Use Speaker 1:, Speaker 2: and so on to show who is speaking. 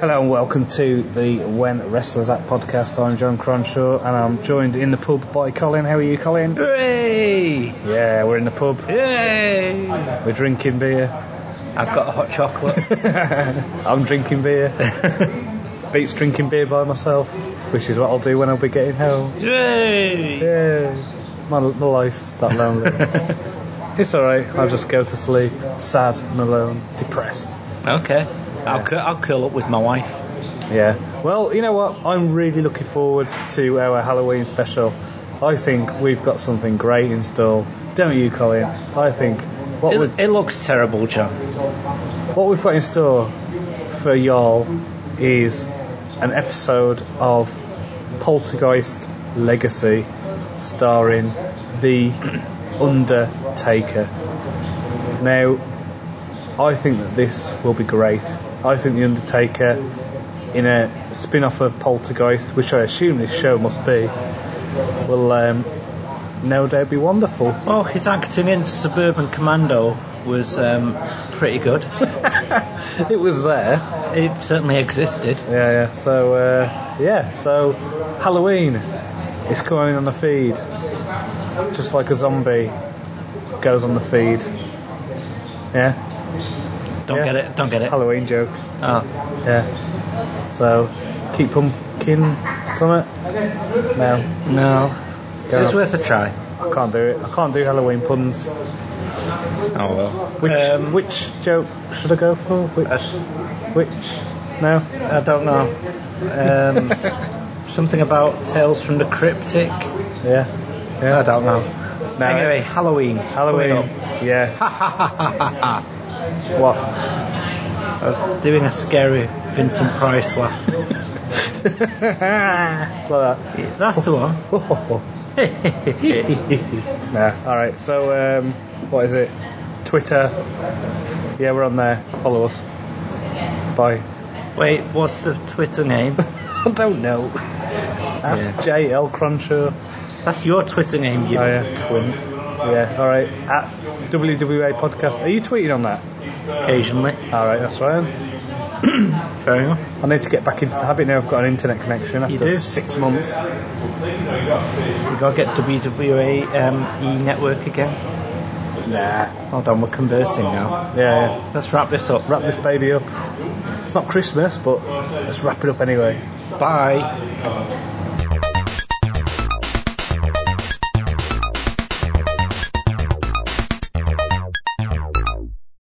Speaker 1: Hello and welcome to the When Wrestlers Act podcast. I'm John Cronshaw and I'm joined in the pub by Colin. How are you, Colin?
Speaker 2: Hooray!
Speaker 1: Yeah, we're in the pub.
Speaker 2: Yay!
Speaker 1: We're drinking beer.
Speaker 2: I've got a hot chocolate.
Speaker 1: I'm drinking beer. Beats drinking beer by myself, which is what I'll do when I'll be getting home.
Speaker 2: Yay!
Speaker 1: Yeah, my, my life's that lonely. it's alright, I'll just go to sleep, sad and alone, depressed.
Speaker 2: Okay. I'll, cur- I'll curl up with my wife.
Speaker 1: Yeah. Well, you know what? I'm really looking forward to our Halloween special. I think we've got something great in store. Don't you, Colin? I think what, we,
Speaker 2: It, it looks terrible, John.
Speaker 1: what we've got in store for y'all is an episode of Poltergeist Legacy starring The Undertaker. Now, I think that this will be great. I think The Undertaker, in a spin off of Poltergeist, which I assume this show must be, will um, no doubt be wonderful.
Speaker 2: Well, his acting in Suburban Commando was um, pretty good.
Speaker 1: It was there.
Speaker 2: it certainly existed.
Speaker 1: Yeah, yeah. So, uh, yeah. So, Halloween is coming on the feed, just like a zombie goes on the feed. Yeah,
Speaker 2: Don't
Speaker 1: Yeah.
Speaker 2: get it, don't get it.
Speaker 1: Halloween joke.
Speaker 2: Oh,
Speaker 1: Yeah. So, keep pumpkin summit. No,
Speaker 2: no.
Speaker 1: it's
Speaker 2: It was
Speaker 1: gone.
Speaker 2: worth a try.
Speaker 1: I can't do it. I can't do Halloween puns.
Speaker 2: Oh, well.
Speaker 1: Which
Speaker 2: Um, uh,
Speaker 1: which joke should I go for? Which which? No.
Speaker 2: I don't know. Um, something about Tales from the Cryptic?
Speaker 1: Yeah. Yeah.
Speaker 2: I don't know.
Speaker 1: No.
Speaker 2: Anyway, Halloween.
Speaker 1: Halloween.
Speaker 2: Coming up.
Speaker 1: Yeah.
Speaker 2: Ha ha ha ha ha.
Speaker 1: What?
Speaker 2: I was doing a scary Vincent Price laugh.
Speaker 1: like
Speaker 2: That's the one.
Speaker 1: that. nah, alright, so um, what is it? Twitter. Yeah, we're on there. Follow us. Bye.
Speaker 2: Wait, what's the Twitter name?
Speaker 1: I don't know. That's JL Cruncher.
Speaker 2: That's your Twitter name, you
Speaker 1: Oh, yeah.
Speaker 2: twin.
Speaker 1: Yeah, alright. At WWA Podcast. Are you tweeting on that?
Speaker 2: Occasionally.
Speaker 1: Alright, that's fine.
Speaker 2: Fair enough.
Speaker 1: I need to get back into the habit now. I've got an internet connection after
Speaker 2: do?
Speaker 1: six months.
Speaker 2: We gotta get WWA um, E Network again.
Speaker 1: Nah.
Speaker 2: Hold on, we're conversing now.
Speaker 1: Yeah, yeah.
Speaker 2: Let's wrap this up.
Speaker 1: Wrap this baby up. It's not Christmas, but let's wrap it up anyway.
Speaker 2: Bye.